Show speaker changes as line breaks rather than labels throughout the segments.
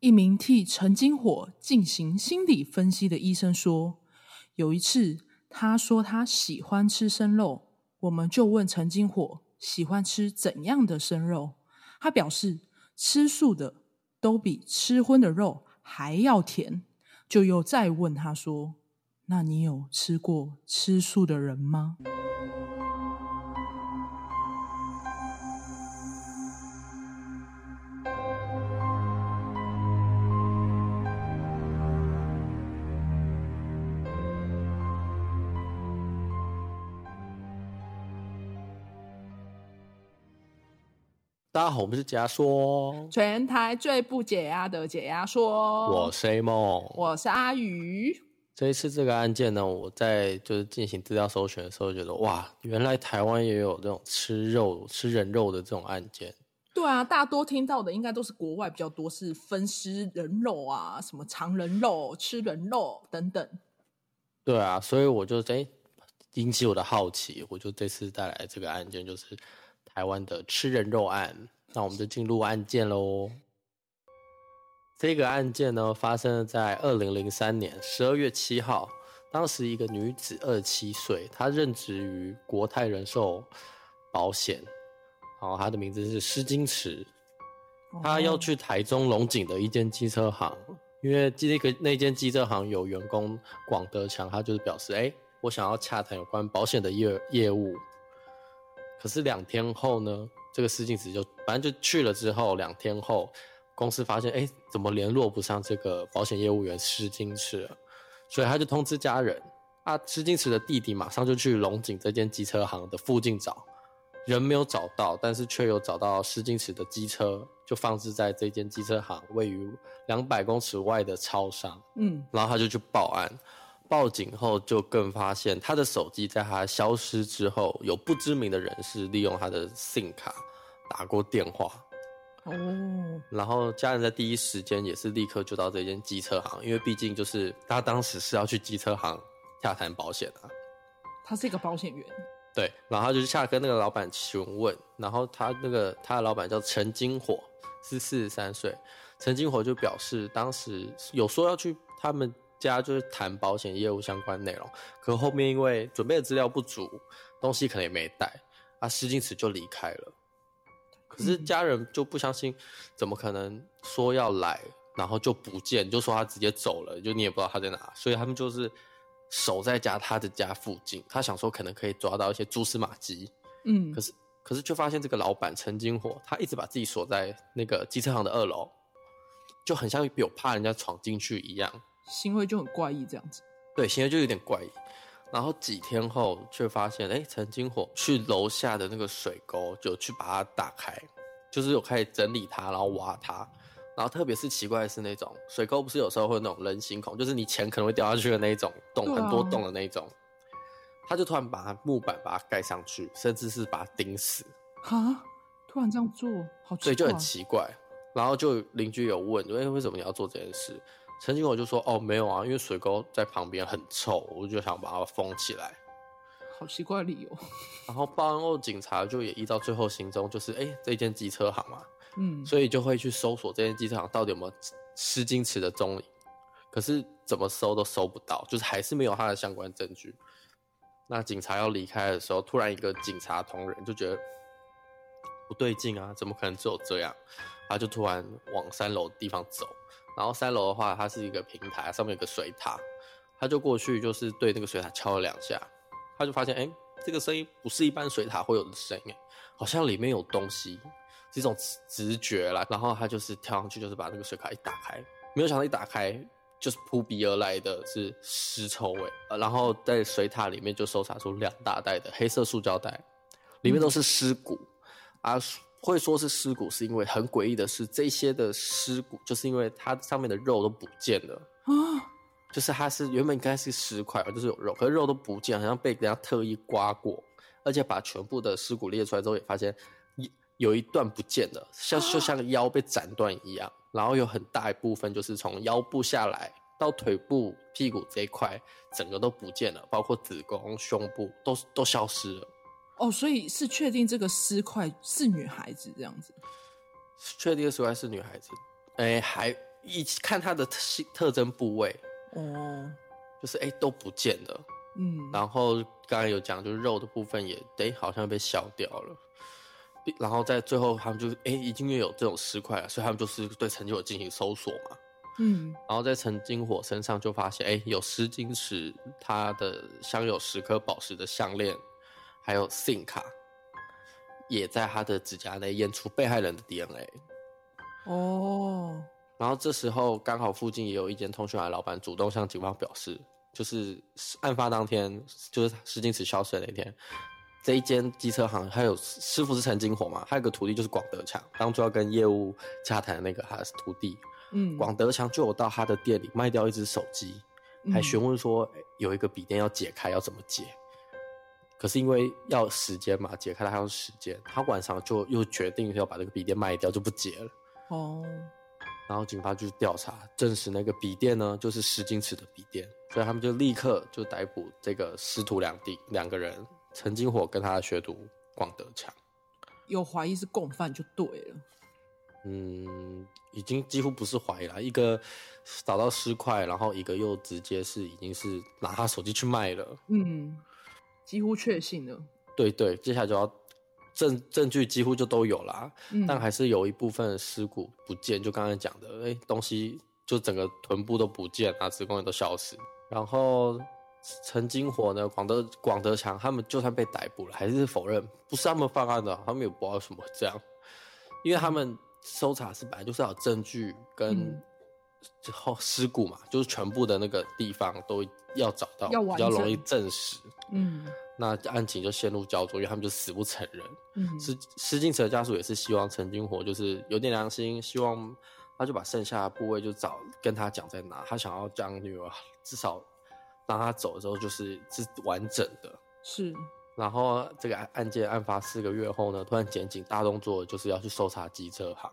一名替陈金火进行心理分析的医生说，有一次他说他喜欢吃生肉，我们就问陈金火喜欢吃怎样的生肉，他表示吃素的都比吃荤的肉还要甜，就又再问他说：“那你有吃过吃素的人吗？”
大家好，我们是解压说，
全台最不解压的解压说，
我是 A 梦。
我是阿鱼，
这一次这个案件呢，我在就是进行资料搜寻的时候，觉得哇，原来台湾也有这种吃肉、吃人肉的这种案件。
对啊，大多听到的应该都是国外比较多，是分尸人肉啊，什么藏人肉、吃人肉等等。
对啊，所以我就哎、引起我的好奇，我就这次带来这个案件，就是台湾的吃人肉案。那我们就进入案件喽。这个案件呢，发生在二零零三年十二月七号。当时一个女子二十七岁，她任职于国泰人寿保险，然后她的名字是施金池。
哦
她要去台中龙井的一间机车行，因为那个那间机车行有员工广德强，他就是表示，哎、我想要洽谈有关保险的业业务。可是两天后呢，这个施静子就反正就去了之后，两天后公司发现，哎、怎么联络不上这个保险业务员施金池了？所以他就通知家人啊，施金池的弟弟马上就去龙井这间机车行的附近找，人没有找到，但是却有找到施金池的机车，就放置在这间机车行位于两百公尺外的超商。
嗯，
然后他就去报案。报警后，就更发现他的手机在他消失之后，有不知名的人士利用他的 SIM 卡打过电话。
哦，
然后家人在第一时间也是立刻就到这间机车行，因为毕竟就是他当时是要去机车行洽谈保险啊。
他是一个保险员，
对，然后他就下跟那个老板询问，然后他那个他的老板叫陈金火，是四十三岁。陈金火就表示，当时有说要去他们家就是谈保险业务相关内容，可后面因为准备的资料不足，东西可能也没带，啊，施金池就离开了。可是家人就不相信，怎么可能说要来，然后就不见，就说他直接走了，就你也不知道他在哪，所以他们就是守在家他的家附近，他想说可能可以抓到一些蛛丝马迹，
嗯
可，是可是却发现这个老板陈金火，他一直把自己锁在那个机车行的二楼，就很像有怕人家闯进去一样，
行为就很怪异这样子。
对，行为就有点怪异。然后几天后，却发现，哎，陈金火去楼下的那个水沟，就去把它打开，就是有开始整理它，然后挖它。然后特别是奇怪的是，那种水沟不是有时候会有那种人行孔，就是你钱可能会掉下去的那一种洞，
对啊
很多洞的那一种。他就突然把木板把它盖上去，甚至是把它钉死。
哈，突然这样做，好
所
奇
以就
怪
很。奇怪。然后就邻居有问，哎、为什么你要做这件事？陈金火就说，哦，没有啊，因为水沟在旁边很臭，我就想把它封起来。
好奇怪的理由。
然后报案后，警察就也依照最后行踪，就是哎、这间机车行嘛，
嗯，
所以就会去搜索这间机车行到底有没有施金池的踪影。可是怎么搜都搜不到，就是还是没有他的相关证据。那警察要离开的时候，突然一个警察同仁就觉得不对劲啊，怎么可能只有这样？他就突然往三楼的地方走，然后三楼的话，它是一个平台，上面有个水塔，他就过去就是对那个水塔敲了两下，他就发现哎、诶这个声音不是一般水塔会有的声音，好像里面有东西，是一种直直觉啦。然后他就是跳上去，就是把那个水卡一打开，没有想到一打开就是扑鼻而来的是尸臭味，呃然后在水塔里面就搜查出两大袋的黑色塑胶袋，里面都是尸骨。啊，会说是尸骨，是因为很诡异的是，这些的尸骨就是因为它上面的肉都不见了。
啊，
就是它是原本应该是十块吧，就是有肉，可是肉都不见，好像被人家特意刮过，而且把全部的尸骨列出来之后，也发现一有一段不见了，像就像腰被斩断一样，然后有很大一部分就是从腰部下来到腿部、屁股这一块，整个都不见了，包括子宫、胸部都都消失了。
哦，所以是确定这个尸块是女孩子这样子。
确定的时候还是女孩子，哎、还一看它的特特征部位，
哦，
就是哎都不见了。
嗯，
然后刚才有讲，就是肉的部分也哎好像被消掉了。然后在最后，他们就哎已经有这种尸块了，所以他们就是对陈金火进行搜索嘛。
嗯，
然后在陈金火身上就发现，哎，有湿金石，它的镶有十颗宝石的项链，还有信卡，也在他的指甲内验出被害人的 DNA。
哦，
然后这时候刚好附近也有一间通讯行的老板主动向警方表示，就是案发当天，就是石金池消失的那天，这一间机车行还有师傅是陈金火嘛，还有个徒弟就是广德强，当初要跟业务洽谈的那个他的徒弟
嗯，
广德强就有到他的店里卖掉一只手机，
嗯
还询问说诶有一个笔电要解开要怎么解，可是因为要时间嘛，解开它还要时间，他晚上就又决定要把这个笔电卖掉，就不解了。
嗯哦，
然后警方去调查，证实那个笔电呢就是石金池的笔电，所以他们就立刻就逮捕这个师徒两弟两个人，陈金火跟他的学徒广德强。
有怀疑是共犯就对了。
嗯，已经几乎不是怀疑了，一个找到尸块，然后一个又直接是已经是拿他手机去卖了。
嗯，几乎确信了。
对对，接下来就要证证据几乎就都有啦，
嗯，
但还是有一部分尸骨不见，就刚才讲的，哎，东西就整个臀部都不见啊，子宫也都消失。然后陈金火呢，广德广德强他们就算被逮捕了，还是否认不是他们犯案的，他们也不知道为什么会这样，因为他们搜查是本来就是要有证据跟
嗯
后尸骨嘛，就是全部的那个地方都要找到，
要
比
完
较容易
整
证实。
嗯
那案情就陷入焦灼，因为他们就死不承认。
嗯
施施敬哲家属也是希望陈金火就是有点良心，希望他就把剩下的部位就找跟他讲在哪，他想要讲女儿至少让他走的时候就是是完整的。
是
然后这个案案件案发四个月后呢，突然检警大动作就是要去搜查机车行，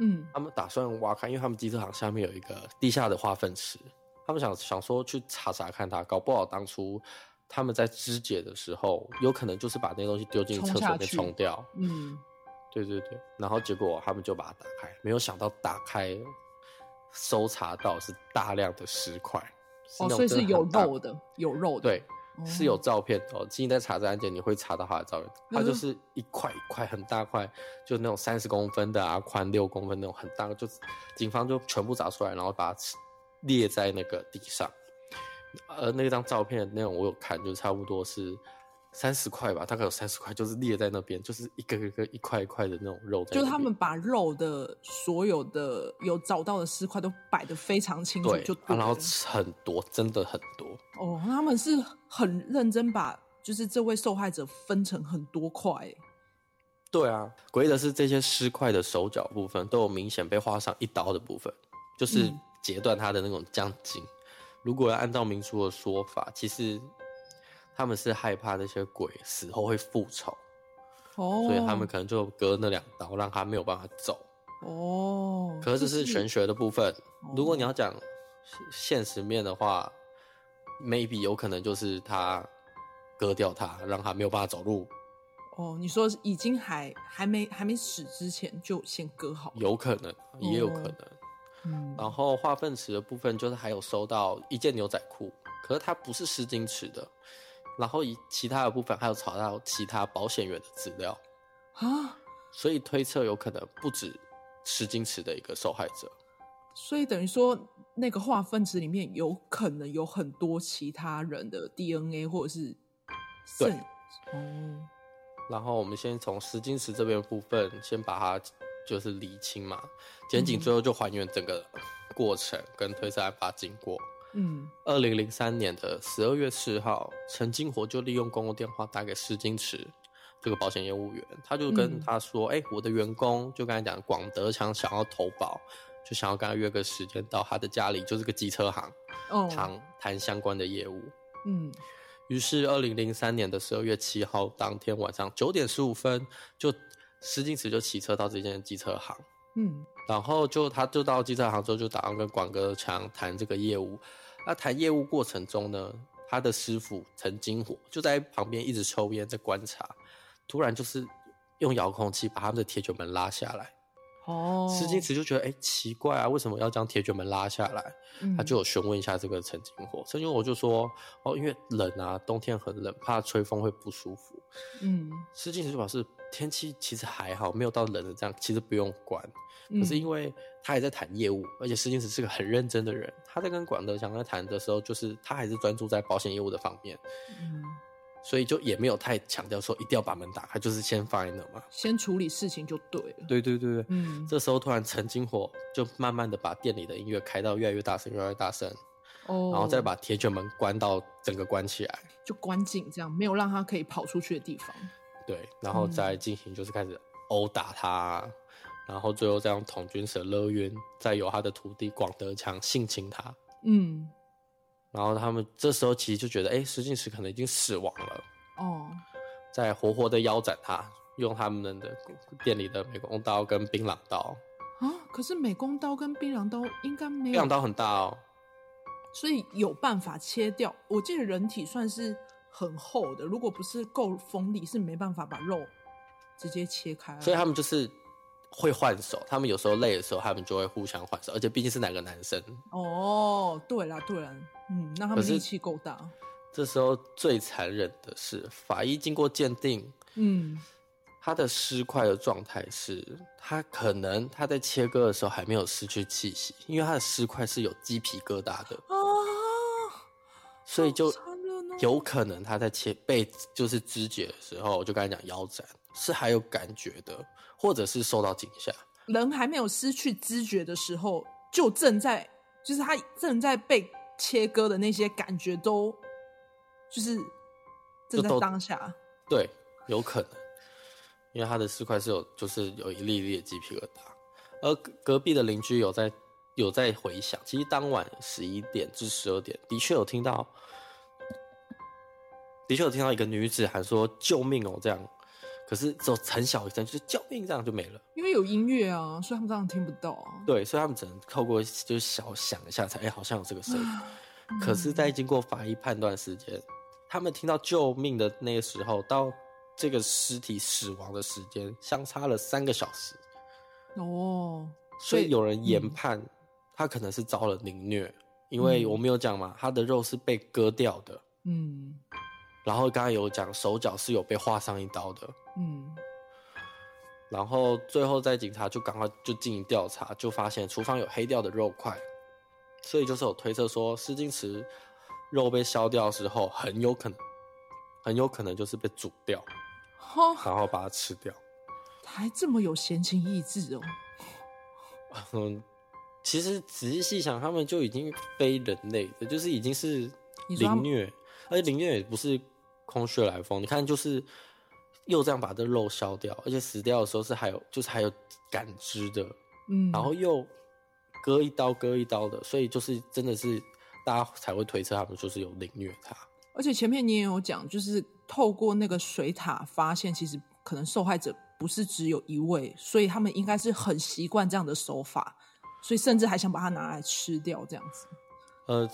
嗯
他们打算挖开，因为他们机车行下面有一个地下的化粪池，他们想想说去查查看它，搞不好当初。他们在肢解的时候，有可能就是把那东西丢进
冲
厕所
下
里面
去
冲掉，
嗯
对对对，然后结果他们就把它打开，没有想到打开搜查到是大量的石块，是
哦，
那种
所以
真
是
的
有
很大
肉，的，有肉的。
对，是有照片的哦。今天在查这案件，你会查到他的照片，它就
嗯
是一块一块很大块，就那种三十公分的啊，宽六公分那种很大，就警方就全部找出来，然后把它列在那个地上。呃，那张照片的内容我有看，就差不多是三十块吧，大概有三十块，就是列在那边，就是一个一个一块一块的那种肉在那
就
边。
是他们把肉的所有的有找到的尸块都摆得非常清楚，
对
就
啊然后
了
很多，真的很多。
哦，他们是很认真把就是这位受害者分成很多块，
对啊，诡异的是这些尸块的手脚部分都有明显被划上一刀的部分，就是
嗯
截断它的那种将筋。如果要按照民俗的说法，其实他们是害怕那些鬼死后会复仇，
哦，
所以他们可能就割那两刀，让他没有办法走。
哦，
可是
就
这
是
玄学的部分，如果你
哦
要讲现实面的话，maybe 有可能就是他割掉它，让他没有办法走路。
哦，你说已经还还没还没死之前就先割好，
有可能，也有可
哦
能。
嗯，
然后化粪池的部分，就是还有收到一件牛仔裤，可是它不是湿巾池的。然后以其他的部分还有查到其他保险员的资料，
啊，
所以推测有可能不止湿巾池的一个受害者。
所以等于说那个化粪池里面有可能有很多其他人的 DNA 或者是
对
肾，哦，
然后我们先从湿巾池这边的部分先把它就是理清嘛，检警
嗯
最后就还原整个过程跟推测案发经过。
嗯
二零零三年的十二月四号，陈金火就利用公共电话打给施金池这个保险业务员，他就跟
嗯
他说：“哎、我的员工就刚才讲广德强想要投保，就想要跟他约个时间到他的家里，就是个机车行，
哦，
谈谈相关的业务。”
嗯
于是，二零零三年的十二月七号当天晚上九点十五分，就施金池就骑车到这间机车行。
嗯
然后就他就到机车行之后，就打算跟广哥强谈这个业务。那谈业务过程中呢，他的师傅陈金火就在旁边一直抽烟在观察，突然就是用遥控器把他们的铁卷门拉下来，
哦，
施金池就觉得哎、奇怪啊，为什么要将铁卷门拉下来？
嗯
他就有询问一下这个陈金火，陈金火就说哦，因为冷啊，冬天很冷，怕吹风会不舒服。
嗯，
施金池就表示天气其实还好，没有到冷的这样，其实不用管。
嗯
可是因为他也在谈业务，而且施金石是个很认真的人，他在跟广德祥在谈的时候，就是他还是专注在保险业务的方面，
嗯
所以就也没有太强调说一定要把门打开，就是先放在那嘛。
先处理事情就对了。
对对对对。
嗯，
这时候突然陈金火就慢慢的把店里的音乐开到越来越大声，越来越大声，
哦，
然后再把铁卷门关到整个关起来，
就关紧，这样没有让他可以跑出去的地方。
对，然后再进行就是开始殴打他。然后最后再用童军蛇勒晕，再由他的徒弟广德强性侵他。
嗯，
然后他们这时候其实就觉得，哎，石进石可能已经死亡了，
哦，
再活活的腰斩他，用他们的店里的美工刀跟槟榔刀，
啊，可是美工刀跟槟榔刀应该没
槟
有
榔，刀很大哦，
所以有办法切掉。我记得人体算是很厚的，如果不是够锋利，是没办法把肉直接切开。
所以他们就是会换手，他们有时候累的时候，他们就会互相换手，而且毕竟是两个男生，
哦，对啦对啦，嗯，那他
可
们
是
力气够大。
这时候最残忍的是，法医经过鉴定，
嗯，
他的尸块的状态是，他可能他在切割的时候还没有失去气息，因为他的尸块是有鸡皮疙瘩的，
啊，
所以就
好残忍哦
有可能他在切被就是肢解的时候，就刚才讲腰斩是还有感觉的，或者是受到惊吓。
人还没有失去知觉的时候，就正在就是他正在被切割的那些感觉都就是正
就
在
都
当下。
对，有可能，因为他的尸块是有就是有一粒粒的鸡皮疙瘩，而隔隔壁的邻居有在有在回想，其实当晚十一点至十二点的确有听到，的确有听到一个女子喊说救命哦这样，可是只有很小一声，就是救命这样就没了。
因为有音乐啊，所以他们当然听不到啊。
对，所以他们只能透过就是小想一下才，哎、好像有这个声音。
嗯
可是，在经过法医判断时间，他们听到救命的那个时候，到这个尸体死亡的时间相差了三个小时，
哦，
所以有人研
嗯
判他可能是遭了凌虐，因为我们有讲嘛，他的肉是被割掉的，
嗯
然后刚刚有讲手脚是有被划上一刀的，
嗯，
然后最后在警察就赶快就进行调查，就发现厨房有黑掉的肉块，所以就是有推测说施金池肉被削掉的时候，很有可能很有可能就是被煮掉，
哈，
然后把它吃掉。
还这么有闲情逸致哦。
嗯，其实仔细想，他们就已经非人类的，就是已经是
你说他
凌
们
虐，而且凌虐也不是空穴来风。你看，就是又这样把这肉削掉，而且死掉的时候是还有就是还有感知的。
嗯，
然后又割一刀割一刀的，所以就是真的是大家才会推测他们就是有凌虐他。
而且前面你也有讲，就是透过那个水塔发现，其实可能受害者不是只有一位，所以他们应该是很习惯这样的手法，所以甚至还想把它拿来吃掉这样子。
呃，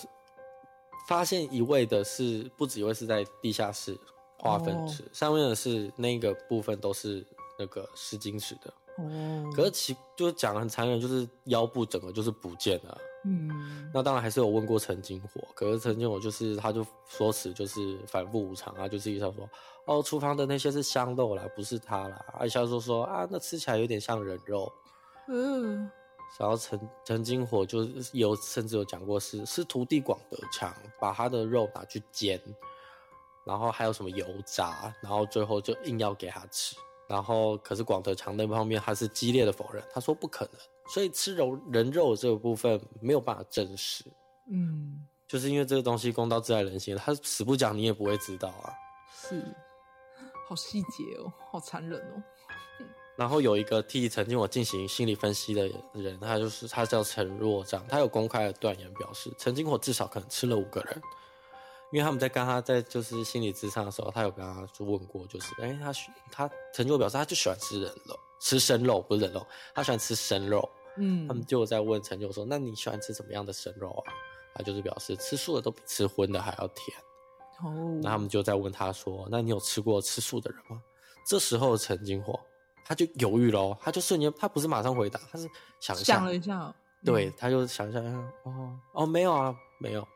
发现一位的是不止一位是在地下室化粪池，上面的是那个部分都是那个湿巾池的。
哦，
可是其就是讲得很残忍，就是腰部整个就是不见了啊。
嗯
那当然还是有问过陈金火，可是陈金火就是他就说辞就是反复无常啊，就自己想说哦，厨房的那些是香肉啦，不是他啦。而且他就说啊，那吃起来有点像人肉。
呃，
然后陈陈金火就是有甚至有讲过是是徒弟广德强把他的肉拿去煎，然后还有什么油炸，然后最后就硬要给他吃。然后可是广德强那方面他是激烈的否认，他说不可能，所以吃肉人肉这个部分没有办法证实。
嗯
就是因为这个东西公道自在人心，他死不讲你也不会知道啊。
是，好细节哦，好残忍哦。
然后有一个替曾经我进行心理分析的人，他就是他叫陈若章，他有公开的断言表示，曾经我至少可能吃了五个人，因为他们在跟他在就是心理咨商的时候，他有跟他就问过，就是哎、他喜他陈经我表示他就喜欢吃人肉，吃生肉不是人肉，他喜欢吃生肉，
嗯
他们就在问陈就说：“那你喜欢吃什么样的生肉啊？”他就是表示吃素的都比吃荤的还要甜。
哦，
那他们就在问他说：“那你有吃过吃素的人吗？”这时候陈金火他就犹豫喽，他就瞬间，他不是马上回答，他是想一下
想了一下，
对，
嗯
他就想一下，哦哦，没有啊，没有，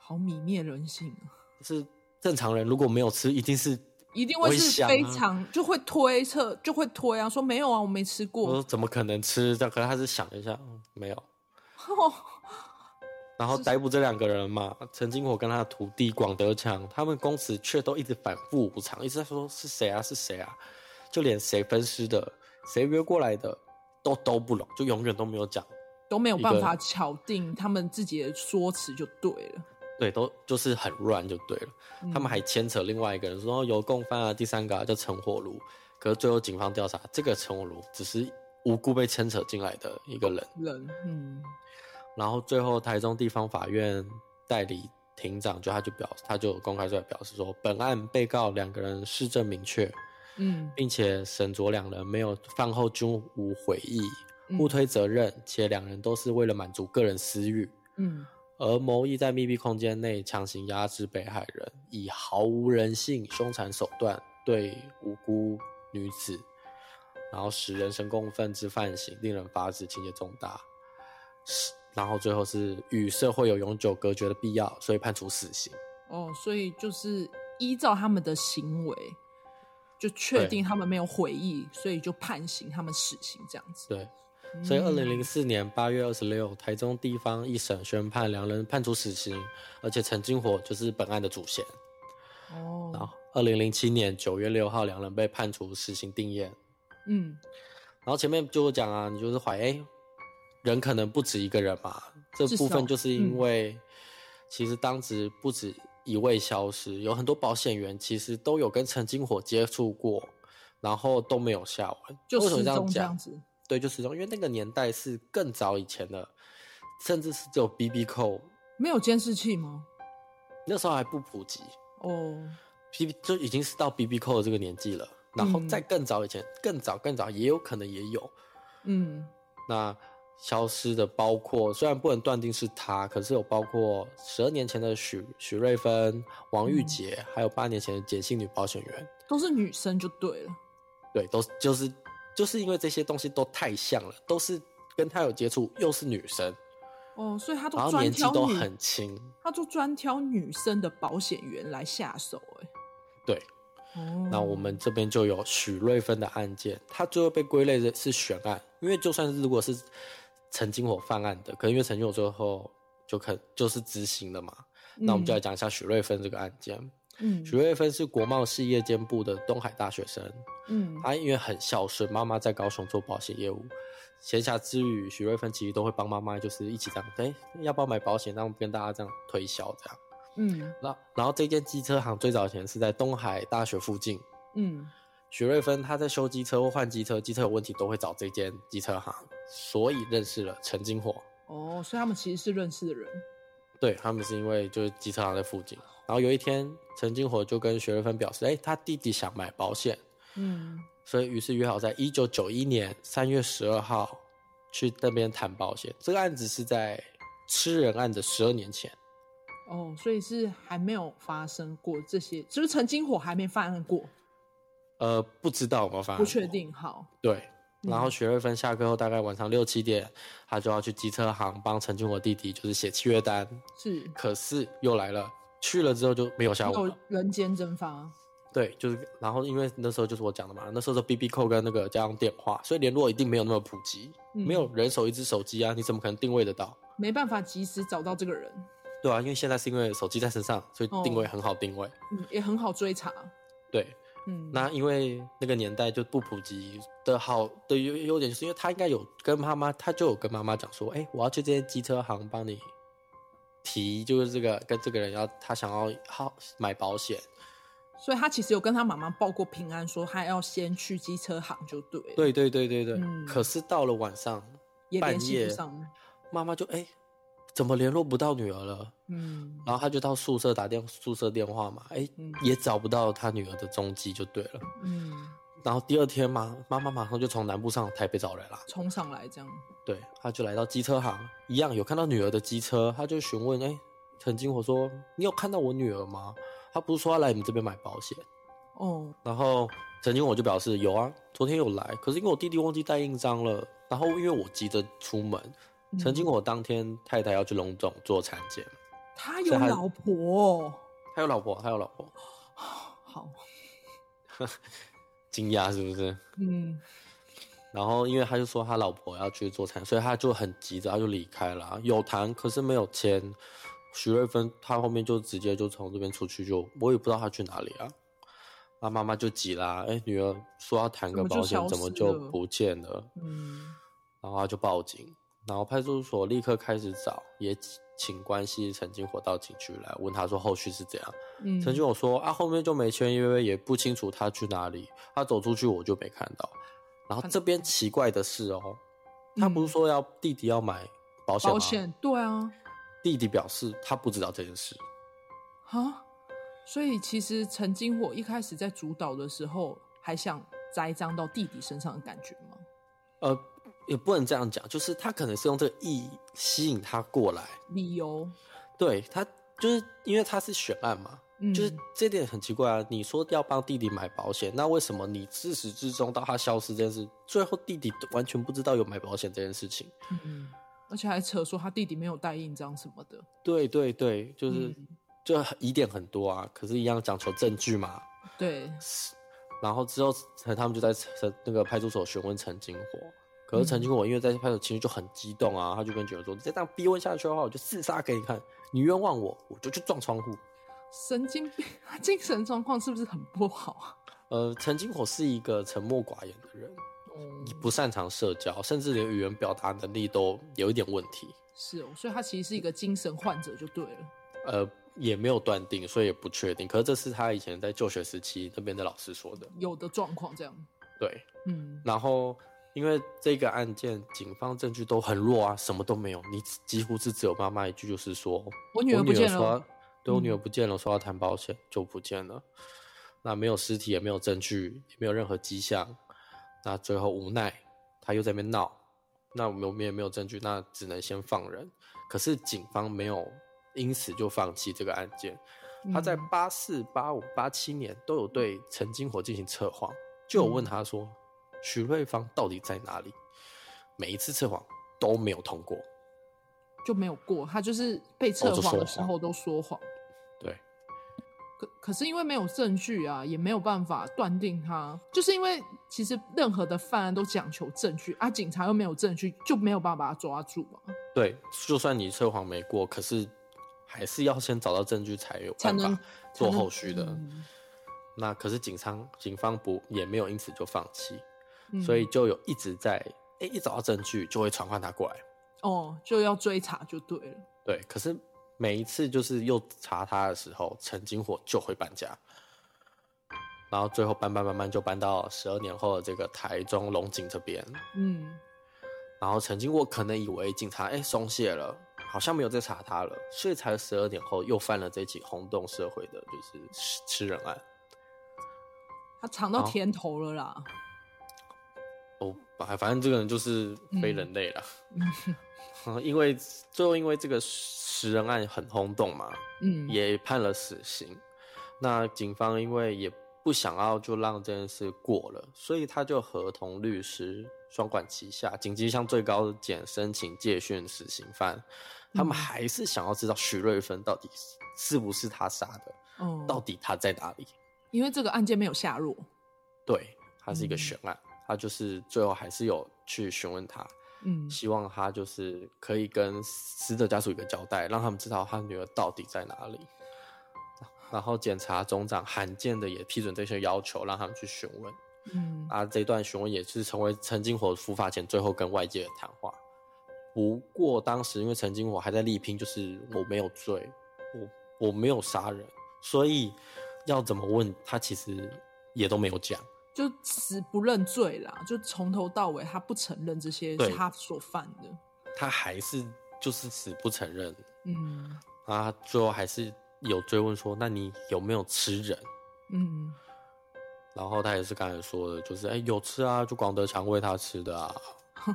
好泯灭人性啊，
就是正常人如果没有吃，一定是
一定
我
会
也
是
想啊
非常就会推测，就会推啊，说没有啊，我没吃
我
过
说，怎么可能吃？但可能他是想了一下，嗯没有。
哦
然后逮捕这两个人嘛，陈金火跟他的徒弟广德强，他们公子却都一直反复无常，一直在说是谁啊是谁啊，就连谁分尸的，谁约过来的，都都不拢，就永远都没有讲。
都没有
一
办
个
法敲定他们自己的说辞就对了。
对，都就是很乱就对了。
嗯
他们还牵扯另外一个人，说有共犯啊，第三个、啊、叫陈火炉。可是最后警方调查，这个陈火炉只是无辜被牵扯进来的一个人。
人，嗯，
然后最后台中地方法院代理庭长就他就表他就公开出来表示说，本案被告两个人事证明确，
嗯，
并且沈卓两人没有犯后均无悔意，
嗯
互，推责任，且两人都是为了满足个人私欲，
嗯，
而谋意在密闭空间内强行压制被害人，以毫无人性、凶残手段对无辜女子，然后使人神共愤之犯行，令人发指，情节重大。是，然后最后是与社会有永久隔绝的必要，所以判处死刑。
哦，所以就是依照他们的行为，就确
对
定他们没有悔意，所以就判刑他们死刑这样子。
对，所以
嗯
二零零四年八月二十六，台中地方一审宣判两人判处死刑，而且陈金火就是本案的主嫌。然
哦，
后二零零七年九月六号，两人被判处死刑定谳。
嗯，
然后前面就有讲啊，你就是怀疑、诶人可能不止一个人嘛，这
至
部
少
分就是
嗯
因为、其实当时不止一位消失，有很多保险员其实都有跟陈金火接触过，然后都没有下文。
就
为什么
失
这样
踪这样
讲？
子。
对，就失踪，因为那个年代是更早以前的，甚至是只有 BB 扣，
没有监视器吗？
那时候还不普及
哦，
，BB 就已经是到 BB 扣的这个年纪了。然后
嗯
再更早以前，更早更早也有可能也有，
嗯，
那消失的包括，虽然不能断定是他，可是有包括十二年前的许许瑞芬、王
嗯
玉洁，还有八年前的简姓女保险员。
都是女生就对了。
对，都是就是就是因为这些东西都太像了，都是跟他有接触，又是女生，
哦，所以他都
然后
专
年纪
挑
都
女，
很轻。
他就专挑女生的保险员来下手、欸。
对，
哎，哦，
那我们这边就有许瑞芬的案件，她最后被归类的是悬案，因为就算是如果是陈金火犯案的，可能因为陈金火最后就可就是执行了嘛，那我们就来讲一下许瑞芬这个案件。
嗯
许瑞芬是国贸系夜间部的东海大学生，
嗯
她因为很孝顺，妈妈在高雄做保险业务，闲暇之余，许瑞芬其实都会帮妈妈，就是一起这样，哎、要不要买保险？然后跟大家这样推销这样。
嗯
那然后这间机车行最早以前是在东海大学附近，
嗯
许瑞芬她在修机车或换机车，机车有问题都会找这间机车行，所以认识了陈金火。
哦，所以他们其实是认识的人。
对他们是因为就是机车行在附近，然后有一天陈金火就跟许瑞芬表示，哎、他弟弟想买保险，
嗯
所以于是约好在一九九一年三月十二号去那边谈保险。这个案子是在吃人案的十二年前，
哦，所以是还没有发生过这些，就是曾经火还没犯案过，
呃，不知道有没有发生
不
过
确。定。好，
对，
嗯
然后许瑞芬下课后大概晚上六七点，他就要去机车行帮陈俊国弟弟就是写契约单，
是
可是又来了，去了之后就没有下文
有
了。
人间蒸发。
对，就是，然后因为那时候就是我讲的嘛，那时候是 B B 扣跟那个家用电话，所以联络一定没有那么普及，
嗯
没有人手一只手机啊，你怎么可能定位得到？
没办法及时找到这个人，
对啊，因为现在是因为手机在身上，所以定位
哦
很好定位。
嗯，也很好追查。
对，
嗯，
那因为那个年代就不普及的好的优优点，就是因为他应该有跟妈妈，他就有跟妈妈讲说，哎、我要去这些机车行帮你提，就是这个跟这个人要他想要好买保险，
所以他其实有跟他妈妈报过平安，说他要先去机车行就对了，
对对对对对。
嗯
可是到了晚上，
也联
半
系
夜
不上。
妈妈就哎、怎么联络不到女儿了？
嗯
然后他就到宿舍打电宿舍电话嘛，哎、
嗯
也找不到他女儿的踪迹，就对了。
嗯，
然后第二天嘛，妈妈马上就从南部上台北找人啦。
冲上来这样。
对，她就来到机车行，一样有看到女儿的机车，她就询问：“哎，陈金火说，你有看到我女儿吗？她不是说要来你们这边买保险？
哦，
然后陈金我就表示有啊，昨天有来，可是因为我弟弟忘记带印章了，然后因为我急着出门，
嗯
陈金我当天太太要去隆总做产检，
他
所
有
以他
老婆哦，
他有老婆，他有老婆，
好，
惊讶是不是？
嗯，
然后因为他就说他老婆要去做产，所以他就很急着，他就离开了啊。有谈，可是没有签。徐瑞芬他后面就直接就从这边出去就，我也不知道他去哪里啊。那妈妈就急啦，哎，女儿说要谈个保险，
怎
怎
么
么
就消失了
就不见了？
嗯，
然后他就报警，然后派出所立刻开始找，也请关系陈金火到警局来问他说后续是怎样。
嗯，
陈俊我说啊，后面就没签，因为也不清楚他去哪里，他走出去我就没看到。然后这边奇怪的是哦，他不是说要弟弟要买保险
嗯
吗？
保险，对啊，
弟弟表示他不知道这件事，
啊，所以其实陈金火一开始在主导的时候，还想栽赃到弟弟身上的感觉吗？
呃，也不能这样讲，就是他可能是用这个意义吸引他过来，
理由，
对他就是因为他是选案嘛，
嗯，
就是这点很奇怪啊！你说要帮弟弟买保险，那为什么你自始至终到他消失这件事，最后弟弟完全不知道有买保险这件事情？
嗯，而且还扯说他弟弟没有带印章什么的，
对对对，就是、
嗯
就疑点很多啊，可是一样讲求证据嘛。
对，
然后之后陈他们就在陈那个派出所询问陈金火，可是陈金火因为在派出所情绪就很激动啊，他就跟警察说：“你再这样逼问下去的话，我就自杀给你看！你冤枉我，我就去撞窗户。”
神经病， 他精神状况是不是很不好啊？
呃，陈金火是一个沉默寡言的人，
哦，
不擅长社交，甚至连语言表达能力都有一点问题。
是哦，所以他其实是一个精神患者就对了。
呃，也没有断定，所以也不确定。可是这是他以前在就学时期那边的老师说的。
有的状况这样，
对，
嗯，
然后因为这个案件，警方证据都很弱啊，什么都没有。你只几乎是只有妈妈一句，就是说
我女儿不见
说
了，嗯
要对我女儿不见了，说要谈保险就不见了。那没有尸体，也没有证据，也没有任何迹象。那最后无奈，他又在那边闹。那我们我们也没有证据，那只能先放人。可是警方没有因此就放弃这个案件，他在
嗯
八四、八五、八七年都有对陈金火进行测谎，就有问他说、许瑞芳到底在哪里？每一次测谎都没有通过。
就没有过，他就是被测
哦就
谎的
说
时
谎
候都说谎，
对，
可可是因为没有证据啊，也没有办法断定他，就是因为其实任何的犯案都讲求证据啊，警察又没有证据，就没有办法把他抓住嘛，
对，就算你测谎没过，可是还是要先找到证据才有
才
办
能
法做
才能
后续的。
嗯
那可是警方警方不也没有因此就放弃，
嗯
所以就有一直在哎、诶一找到证据就会传唤他过来。
哦就要追查就对了，
对，可是每一次就是又查他的时候，陈金火就会搬家，然后最后搬搬搬搬就搬到十二年后的这个台中龙井这边。
嗯，
然后曾经我可能以为警察哎松懈了，好像没有再查他了，所以才十二点后又犯了这起轰动社会的就是吃吃人案。
他尝到
好
甜头了啦，
哦，反反正这个人就是非人类了， 因为最后因为这个食人案很轰动嘛，
嗯，
也判了死刑。那警方因为也不想要就让这件事过了，所以他就合同律师双管齐下，紧急向最高检申请借讯死刑犯。
嗯
他们还是想要知道许瑞芬到底是是不是他杀的，
哦，
到底他在哪里？
因为这个案件没有下落，
对，他是一个
嗯
悬案，他就是最后还是有去询问他，
嗯
希望他就是可以跟死者家属一个交代，让他们知道他女儿到底在哪里。然后检察总长罕见的也批准这些要求，让他们去询问。
嗯
啊，这段询问也是成为陈金火伏法前最后跟外界的谈话。不过当时因为陈金火还在力拼，就是我没有罪，我我没有杀人，所以要怎么问他其实也都没有讲。
就死不认罪啦，就从头到尾他不承认这些是
对
他所犯的。
他还是就是死不承认，
嗯
啊，最后还是有追问说，那你有没有吃人？
嗯
然后他也是刚才说的，就是哎、有吃啊，就广德强喂他吃的啊。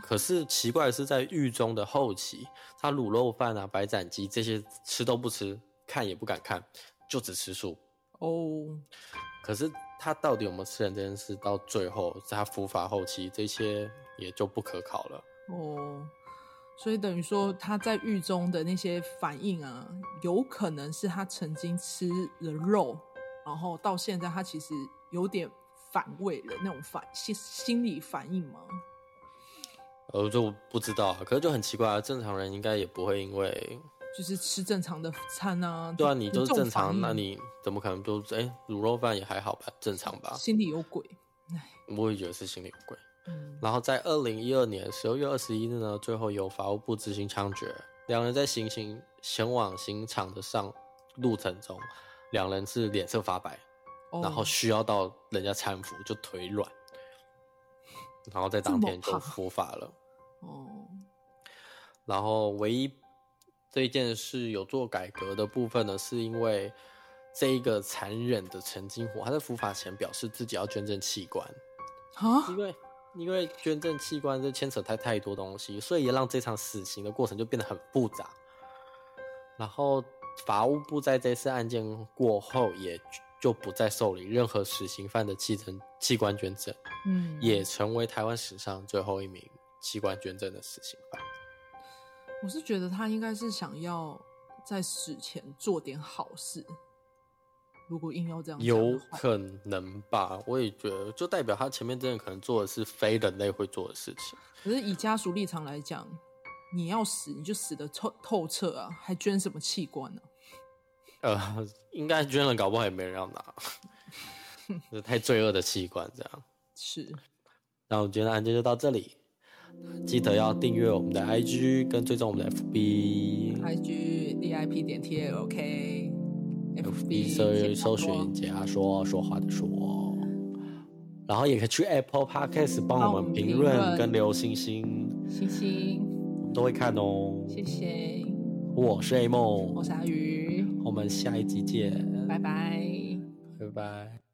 可是奇怪的是，在狱中的后期，他卤肉饭啊、白斩鸡这些吃都不吃，看也不敢看，就只吃素。
哦，
可是他到底有没有吃人这件事，到最后在他伏法后期，这些也就不可考了。
哦，所以等于说他在狱中的那些反应啊，有可能是他曾经吃了肉，然后到现在他其实有点反胃了那种反心心理反应吗？
呃，就不知道啊，可是就很奇怪啊，正常人应该也不会因为
就是吃正常的餐啊，
对啊，你就是正
这种反
常，
应
那你怎么可能就哎卤肉饭也还好吧，正常吧？
心里有鬼，
我也觉得是心里有鬼。
嗯，
然后在二零一二年十二月二十一日呢，最后由法务部执行枪决，两人在行刑前往刑场的上路程中，两人是脸色发白，
哦
然后需要到人家搀扶，就腿软，然后在当天
这
就
么怕
伏法了。
哦，
然后唯一这一件事有做改革的部分呢，是因为这一个残忍的陈金虎，他在伏法前表示自己要捐赠器官，
啊
因，为因为捐赠器官这牵扯太太多东西，所以也让这场死刑的过程就变得很复杂。然后法务部在这次案件过后，也就不再受理任何死刑犯的器赠器官捐赠，
嗯，
也成为台湾史上最后一名器官捐赠的死刑犯。
我是觉得他应该是想要在死前做点好事，如果硬要这样讲的
有
话
可能吧，我也觉得，就代表他前面真的可能做的是非人类会做的事情。
可是以家属立场来讲，你要死你就死的透透彻啊，还捐什么器官呢、
呃，应该捐了，搞不好也没人要拿， 这太罪恶的器官这样。
是，
那我们今天的案件就到这里，记得要订阅我们的 IG 跟追踪我们的 FB。
IG DIP 点 TLK
FB
FB
搜
先
搜
说
寻解压说说话的说，然后也可以去 Apple Podcast 帮我们评
帮我们评
论
论
跟留星星，
星星，
我们都会看哦。
谢谢，
我是 A 梦
我，是阿鱼，
我们下一集见，呃
拜拜。
拜拜。